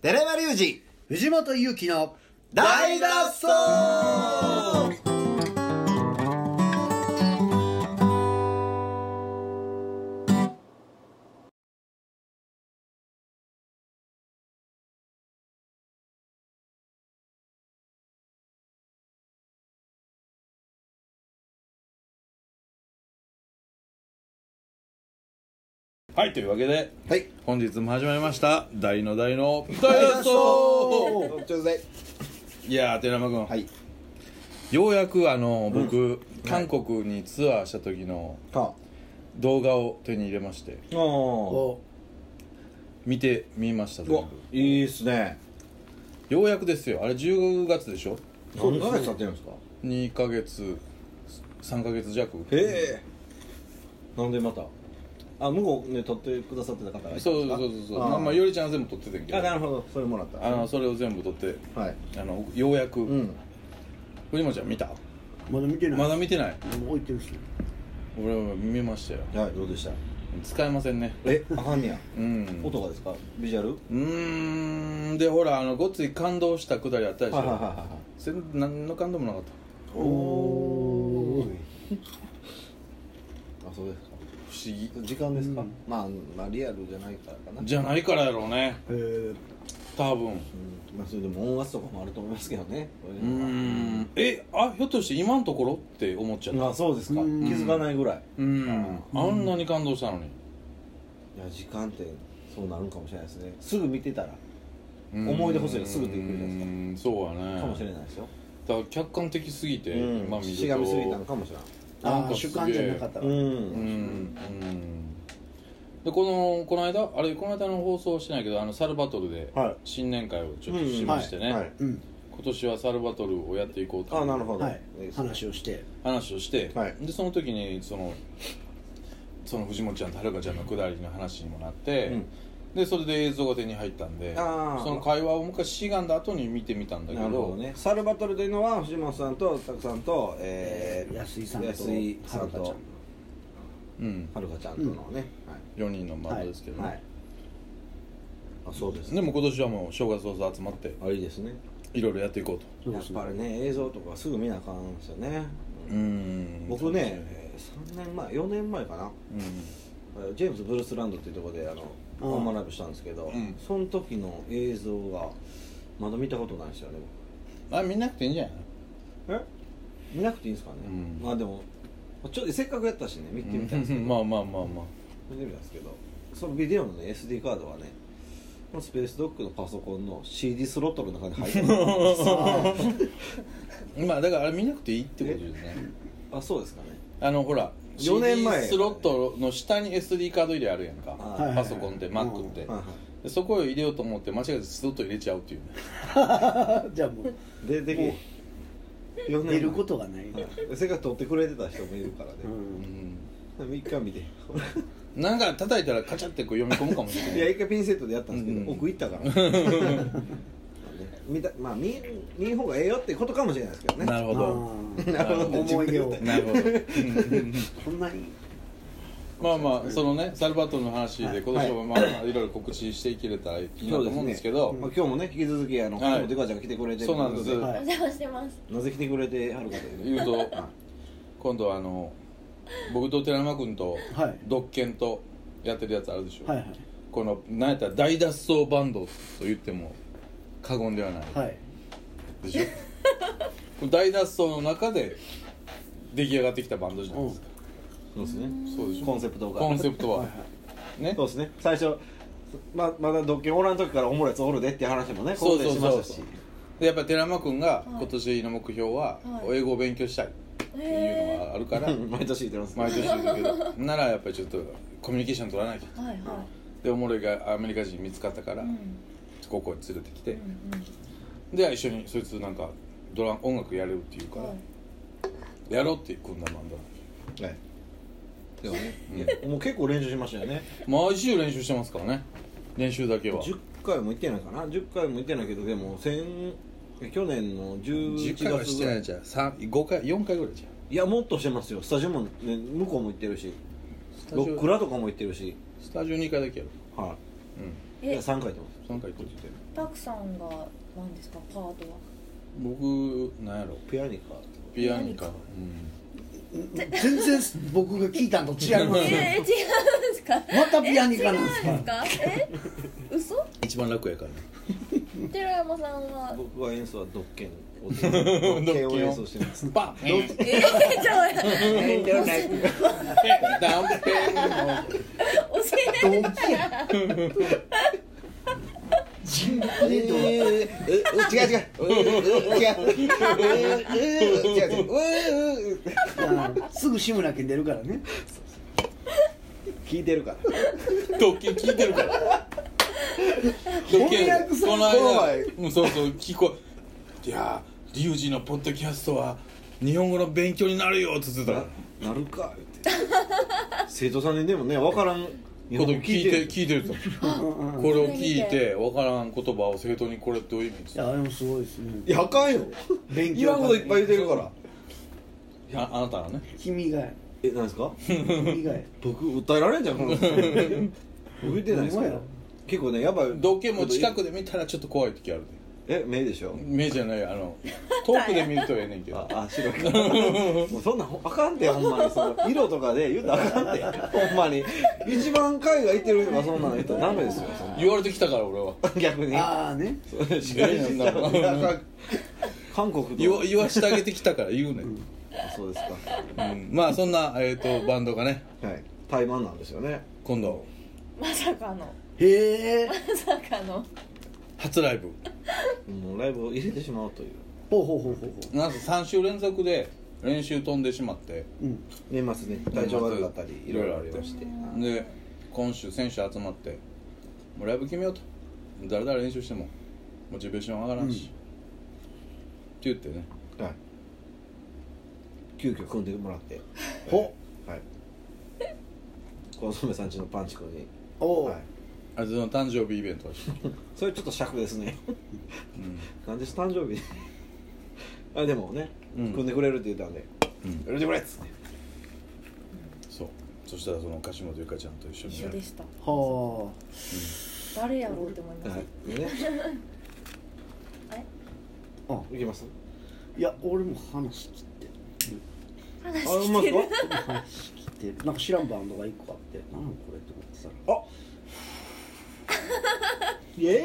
寺山隆二藤本勇樹の二大脱走はいというわけではい本日も始まりました「大の大の大脱走おちょうだい」いやー寺山君、はいようやくあの僕、韓国にツアーした時のは動画を手に入れましてあおお見てみました全部いいっすねようやくですよあれ10月でしょ何ヶ月経ってるんですか2ヶ月3ヶ月弱へえなんでまたあ向こうね撮ってくださってた方がいたんですかそうそうそうそうあーまあまあよりちゃんは全部撮っててんけどあなるほどそれもらったあのそれを全部撮ってはいあのようやく、うん藤本ちゃん見たまだ見てないまだ見てないもう置いてるし俺も見ましたよはいどうでした使えませんねえあかんねやうん音がですかビジュアルうーんでほらあのごっつい感動したくだりあったでしょ、はいはいはいは全然何の感動もなかっいおーいあそうですかた不思議時間ですか、まあまあリアルじゃないからかなじゃないからやろうねへえ多分うんまあそれでも音圧とかもあると思いますけどねこういううのはんえあひょっとして今のところって思っちゃったあそうですか気うんづかないぐらいうんあんなに感動したのにいや時間ってそうなるんかもしれないですねすぐ見てたら思い出補正がすぐできるじゃないですかうんそうやねかもしれないですよ、だから客観的すぎて、今見るとしがみすぎたのかもしれないなんああかす主げえ観じゃなかったわうんんうんでこのこの間あれこの間の放送はしてないけどあのサルバトルではい新年会をちょっとしましてね、はいうん今年はサルバトルをやっていこうとあなるほど、はいいいですね話をして話をして、はいでその時にそのその藤本ちゃんとはるかちゃんのくだりの話にもなって、うんでそれで映像が手に入ったんであーその会話をもう一回しがんだ後に見てみたんだけなどるほどねサルバトルというのは藤本さんと拓さんと、えー、安井さんと安井さんとはるかちゃんうん、はるかちゃんとのね、 4人のバンドですけど、ねはい、はい、あそうですねでも今年はもう正月早々集まってあいいですねいろいろやっていこうそとうやでっすねぱりね映像とかすぐ見なあかんですよね、うん僕ね、えー、3年前4年前かなうえージェームズ・ブルース・ランドっていうところであのうんホンマライブしたんですけど、うんその時の映像がまだ見たことないですよねんあ見なくていいんじゃないえ見なくていいんですかね、うんまあでもちょっとせっかくやったしね見てみたんですけど、まあまあまあまあ見てみたんですけどそのビデオの、ね、SD カードはねこのスペースドッグのパソコンの CD スロットルの中に入って るまあだからあれ見なくていいってことですねあそうですかねあのほら4年前 CD スロットの下に SD カード入れあるやんかはいはいはいパソコンって Mac ってはいはでそこを入れようと思って間違えてスロット入れちゃうっていうねじゃあもういででもき4出ることがないはいせっかく撮ってくれてた人もいるからね、うん一回見てなんか叩いたらカチャってこう読み込むかもしれないいや一回ピンセットでやったんですけど、うん奥行ったか らまあね見たまあ見見ん方がええよってことかもしれないですけどねなるほどあーなるほど思い出をなるほどうんこんなにまあまあそのねサルバトルの話で今年もまあまあいろいろ告知していけれたらいいなと思うんですけどまあ、今日もね引き続きあの、はい今日もデカちゃんが来てくれてるそうなんですというこはいお邪魔してます。とでなぜ来てくれてはるかという言うと今度はあの僕と寺山君とはい独権とやってるやつあるでしょ、はいはいこのなんやったら大脱走バンドと言っても過言ではないはいで しょこの大脱走の中で出来上がってきたバンドじゃないですか、そうですねそうでしょコンセプトがコンセプトはねそうですね最初ままだ独権おらん時からおもろいやつおるでっていう話もねここでしましたしそうそうそうでやっぱり寺山君がい今年の目標ははい英語を勉強したいって いうのがあるから、うん毎年言ってますね毎年言う けどならやっぱりちょっとコミュニケーション取らなきゃはいはでおもろいがアメリカ人見つかったから、い。うんここに連れてきて、うんで一緒にそいつなんかドラ音楽やれるっていうかうん。ら、はいやろうって組んだバンドはいでもね、いやもう結構練習しましたよね毎週練習してますからね練習だけは10回も行ってないかな10回も行ってないけどでも先去年の11 10回はし月ぐてならいいじゃん3 5回4回ぐらいじゃんいやもっとしてますよスタジオも、ね、向こうも行ってるしスタロジッオクラとかも行ってるしスタジオ2回だけやろはうんいいやえ、 3回行ってます3回閉じてるたくさんが何ですかパートは僕なんやろピアニカピアニカ、ピアニカ全然僕が聞いたんと違いますねえー、違うんですかまたピアニカなんです違うんかですかえ嘘一番楽やからね寺山さんは僕は演奏はドッケンをド ッケンを演奏してますバンペン えー、ちょっと待ってではない ダンペ教えてください人えー、えー、違う違う違う違う違う違う違うすぐ志村けん出るからね聞いてるからンドッキン聞いてるから ドッキン翻訳するこの怖間いうんそうそう聞こえいやーリュウジのポッドキャストは日本語の勉強になるよって言ってた らなるか言って生徒さんにでもね分からんこと聞いてる聞いてるとこれを聞いてわからん言葉を生徒にこれどういう意味ですいやでもすごいですねいやあかんよ勉今こといっぱい言ってるからああなたはね君がえなんですか君が僕訴えら れんじゃんこの人僕言ってないですほんかまや結構ねやばいドッキンも近くで見たらちょっと怖い時あるでえ目でしょ目じゃないあの遠くで見るとええねんけどああ白いからもうそんなんほあかんてほんまにその色とかで言うたらあかんてほんまに一番海外行ってる人がそんなの言ったらダメですよそんな言われてきたから俺は逆にああねそう司会者になるいやなんだ韓国言とわ言わしてあげてきたから言うねん、そうですうんまあそんな、えー、とバンドがねかはい台湾なんですよね今度まさかのへえまさかの初ライブもうライブを入れてしまうというほうほうほうほうほなんと3週連続で練習飛んでしまってううん年末ね体調悪かったりいろいろありましてで今週選手集まってもうライブ決めようと誰々練習してもモチベーション上がらんし、って言ってねはい急遽組んでもらってほはい コンソメさんちのパンチ君におはういあいつの誕生日イベントだし、それちょっと尺ですねうんなんで誕生日に あでもね、うん組んでくれるって言ったんでうん「やれてくれ!」っつってそうそしたらその樫本ゆかちゃんと一緒に一緒でしたは誰やろうって思いましはいで ねああ行きますいや俺も話聞いてるたあ話う聞まいているっす俺も話聞いてるなんか知らんバンドが一個あってなんだこれと思ってたらかあイエ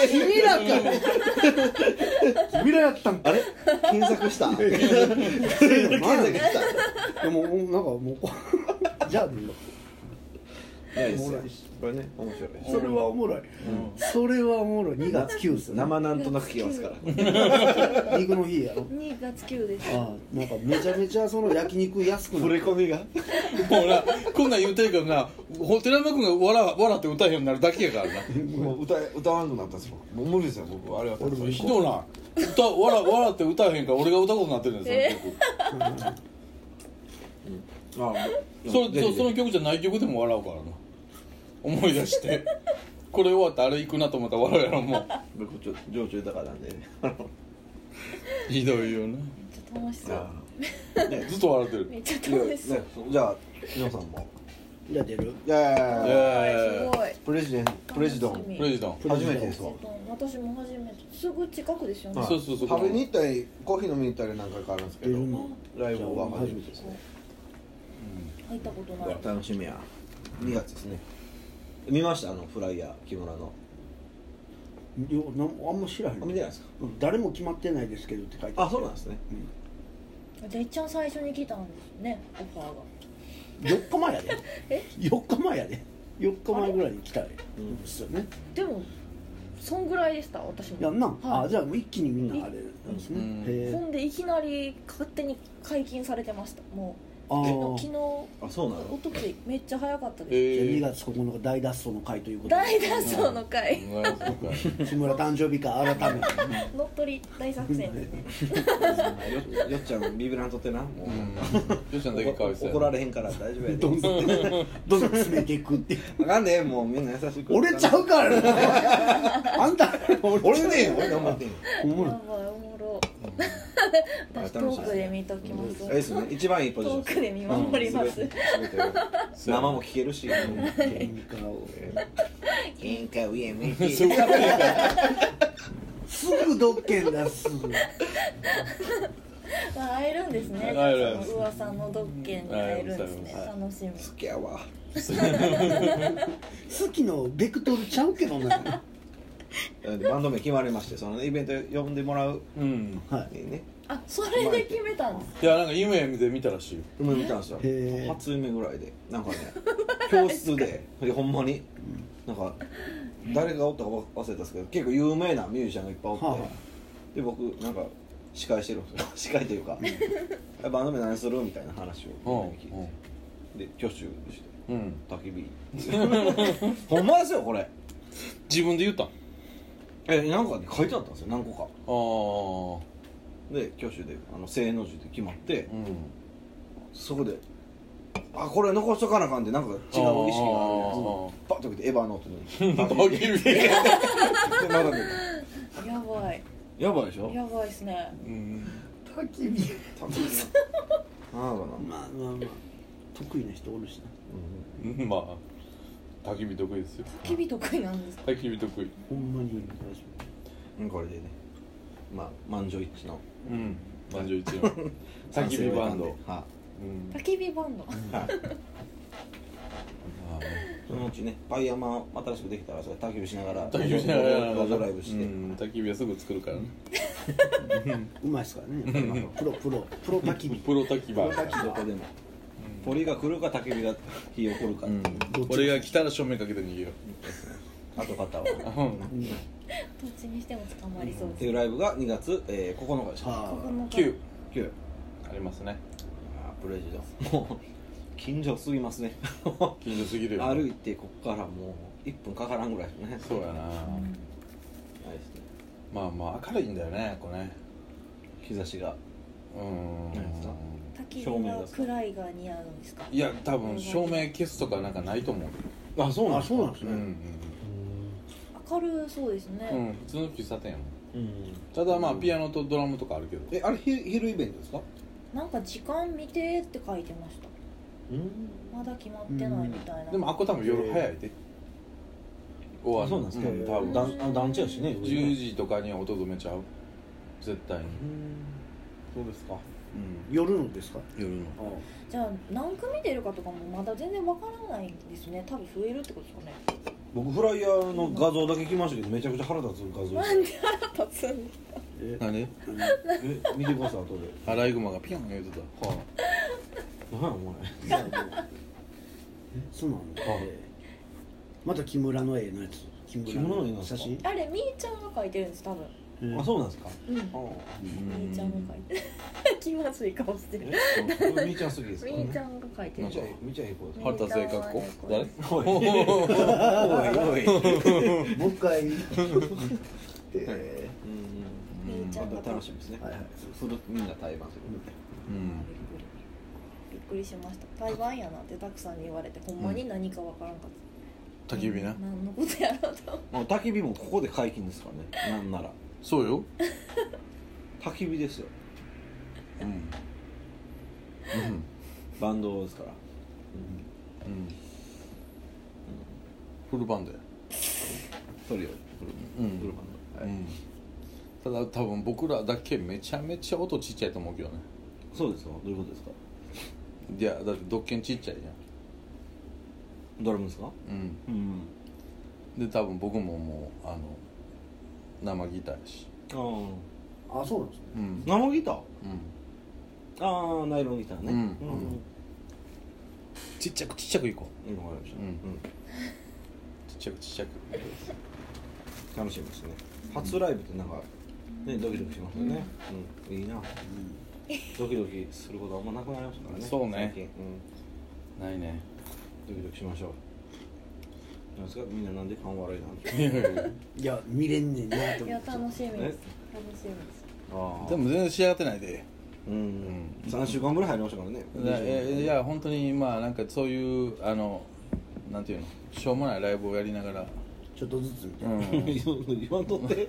ーイ君らか君らやったんかあれ検索した検索したでももうなんかもうこじゃあでもないですよこれね面白いですそれはおもろいそれはおもろい2月9ですよ生なんとなく聞きますから肉の日やろ2月9ですああなんかめちゃめちゃその焼肉安く触なれる込みが ほらこんなん言うてるけどなほ寺山君が笑笑って歌えへんようになるだけやからな もう歌え歌わなくなったんですよもう無理ですよ僕あれは俺もひどいな歌笑笑って歌えへんから俺が歌うことになってるんですよ、ああそれぜそひうその曲じゃない曲でも笑うからな思い出して これ終わってあれ行くなと思ったら笑うやろもう僕ちょ情緒豊かなんで ねひどいよなめっちゃ楽しそうねずっと笑ってるめっちゃ いや楽ねしそうじゃあ皆さんもじゃあ出るいやいやいやいやすえごいプレジデンプレジドンー、プレジドン初めてですちょわっと私も初めてすぐ近くですよねはいそうそうそう食べに行ったりコーヒー飲みに行ったりなんかあるんですけ出どるのライブは初めてですね入ったことない楽しみや2月ですね見ましたあのフライヤー木村のいやなんあんま知らへあ見てんないですかうん誰も決まってないですけどって書いてあそうなんですねでいっちゃん最初に来たんですねオファーが4日前やでえ4日前やで4日前ぐらいに来たでうんですよねでもそんぐらいでした私もやんなあじゃゃあもう一気にみんなあれなんですねうんへほえんでいきなり勝手に解禁されてましたもあうあ昨日おあそうなのとといめっちゃ早かったですじゃあ2えー、月9日大脱走の会ということで大脱走の会なるほど木村誕生日会改めて乗っ取り大作戦ですね よよっちゃんビビらんとってなもううんよしちゃんだけかわいそうやな怒られへんから大丈夫やでどんどんどんどん詰めていくっていうあかんでもうみんな優しく俺ちゃうからなあんた俺俺ね俺頑張ってんおもやろいばいおもろ私トークで見ときまあすれですよね一番いいポジション遠くで見守りますうん全て全て生も聞けるし喧嘩を喧嘩ウィンウィンそういうことやすぐドッケン出すまあ会えるんですね会えるその噂のドッケンに会えるんですね会え楽しみ好きやわ好きのベクトルちゃうけどなバンド名決まりましてそのイベント呼んでもらううんはにねあそれで決めたんですいやなんか夢で見たらしいよ夢見たんですよへー初夢ぐらいでなんかね教室ででほんまになんか誰がおったか忘れたんですけど結構有名なミュージシャンがいっぱいおって、はあはあで僕なんか司会してるんですよ 司会というか「バンド名何する?」みたいな話をみんなに聞いて、で挙手してうん焚き火ほんまですよこれ自分で言ったんあえなんかね書いてあったんですよ何個かあで挙手であの正の字で決まっうんてそこであこれ残しとかなあかんってなんか違う意識があるやつパッと来てエヴァノー トにバ焚きギ火ルでまだねやばいやばいでしょやばいですねうん焚き火多分なんだろうな、まあうんまあまあ得意な人おるしなうんまあ焚き火得意ですよ焚き火得意なんです焚き火得意ほんまにうん、これでねまあ満場一致のうん満場一致の 焚き火バンド賛成を得たんではうん焚き火バンドいはいそのうちねパイ山新しくできたらそれ焚き火しながら焚き火しながらドライブして、うん焚き火はすぐ作るからねうまいっすからねプロプロプロ焚き火プロ焚きど火こでも鳥が来るか焚き火が火を起こるか、うん俺が来たら正面かけて逃げよあと方はうっうんどっちにしても捕まりそうてでいすうライブが2月、えー、9日でしたはここあの9 9ありますねあープレジド もう近所すぎますね近所すぎるよ 歩いてここからもう1分かからんぐらいですねそうやなないですねまあまあ明るいんだよねこれね日差しがうん何ですか焚き火が暗いが似合うんですかいや多分照明消すとかなんかないと思うあそうなんですかうんうん明るそうですね、うん普通の喫茶店やもんうんただまあピアノとドラムとかあるけどえあれ昼昼イベントですかなんか時間見てって書いてましたうんまだ決まってないみたいな、でもあっこ多分夜早いで終わあるそうなんですか、多分だんあ団地やしね上10ね時とかには音止めちゃう絶対にうんそうですかうん夜のですか夜のじゃあ何組出るかとかもまだ全然わからないんですね多分増えるってことですかね僕フライヤーの画像だけ来ましたけどめちゃくちゃ腹立つ画像なんで腹立つんですえ何でえ見てください後でアライグマがピョン言うてたは何やおい前やもうえそうなんだまた木村の絵のやつ木木村の絵なんですか写真あれみーちゃんが書いてるんです多分あそうなんですかうんあみーちゃんが書いてる 気まずい顔してるあみーちゃん好きですみかーちゃんが書いてるみーちゃんみーちゃんいい子ですね腹立つええ格好誰おいお いもう一回えうんみーちゃんがまた楽しみですねーはいはいそれみんな対バンするうんびっくりしました台湾やなってたくさんに言われてほんまに何かわからんかった、焚き火な何のことやろうと思ってもう焚き火もここで解禁ですからねなんならそうよ焚き火ですようんうんバンドですからうんフルバンドやトリオうんフルバンドはいうんただ多分僕らだけめちゃめちゃ音ちっちゃいと思うけどねそうですかどういうことですかいやだってドッケンちっちゃいじゃドラムですかんうんうんで多分僕ももうあの生ギターやしあああそうなんですねうん生ギターうんああナイロンギターねうんうんちっちゃくちっちゃくいこうんわかりましたうんうんうちっちゃくちっちゃく楽しみですね初ライブってなんかねドキドキしますよねうんいいなドキドキすることはあんまなくなりましたからねそうね最近うんないねドキドキしましょうなんですかみんななんで勘悪いなんでいやいやいやいや見れんねんなとい思やって楽しみです楽しみですあでも全然仕上がってないでうん3週間ぐらい入りましたからねいやいや本当にまあなんかそういうあのなんていうのしょうもないライブをやりながらちょっとずつみたいな、うん 言わんとって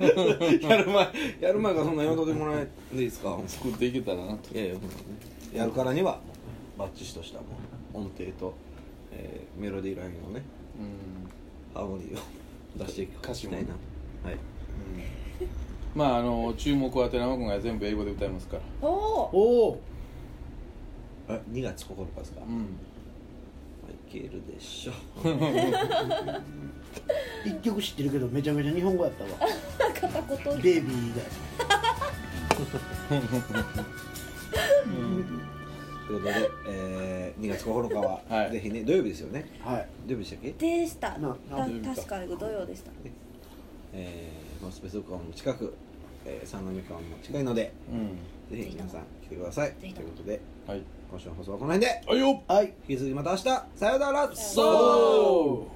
やる前やる前からそんな言わんとってもらえていいですか 作っていけたらなといやいやほんまねやるからにはバッチシとしたもう音程と、えーメロディーラインをねうんハーモニーを出していく歌詞もみたいなはいまああの注目は寺山君が全部英語で歌いますからおおおおえ2月9日ですか、うまんあいけるでしょ一曲知ってるけどめちゃめちゃ日本語やったわ 片言ベイビー以外ということで、えー、2月9日は、はいぜひね土曜日ですよねはい土曜日でしたっけでしたたなな確かに土曜でしたえー、まあスペース館も近く、えー、三宮館も近いのでうんぜひ皆さん来てくださいとぜいひとうもことではい今週の放送はこの辺ではいよはい引き続きまた明日さようならさようならそう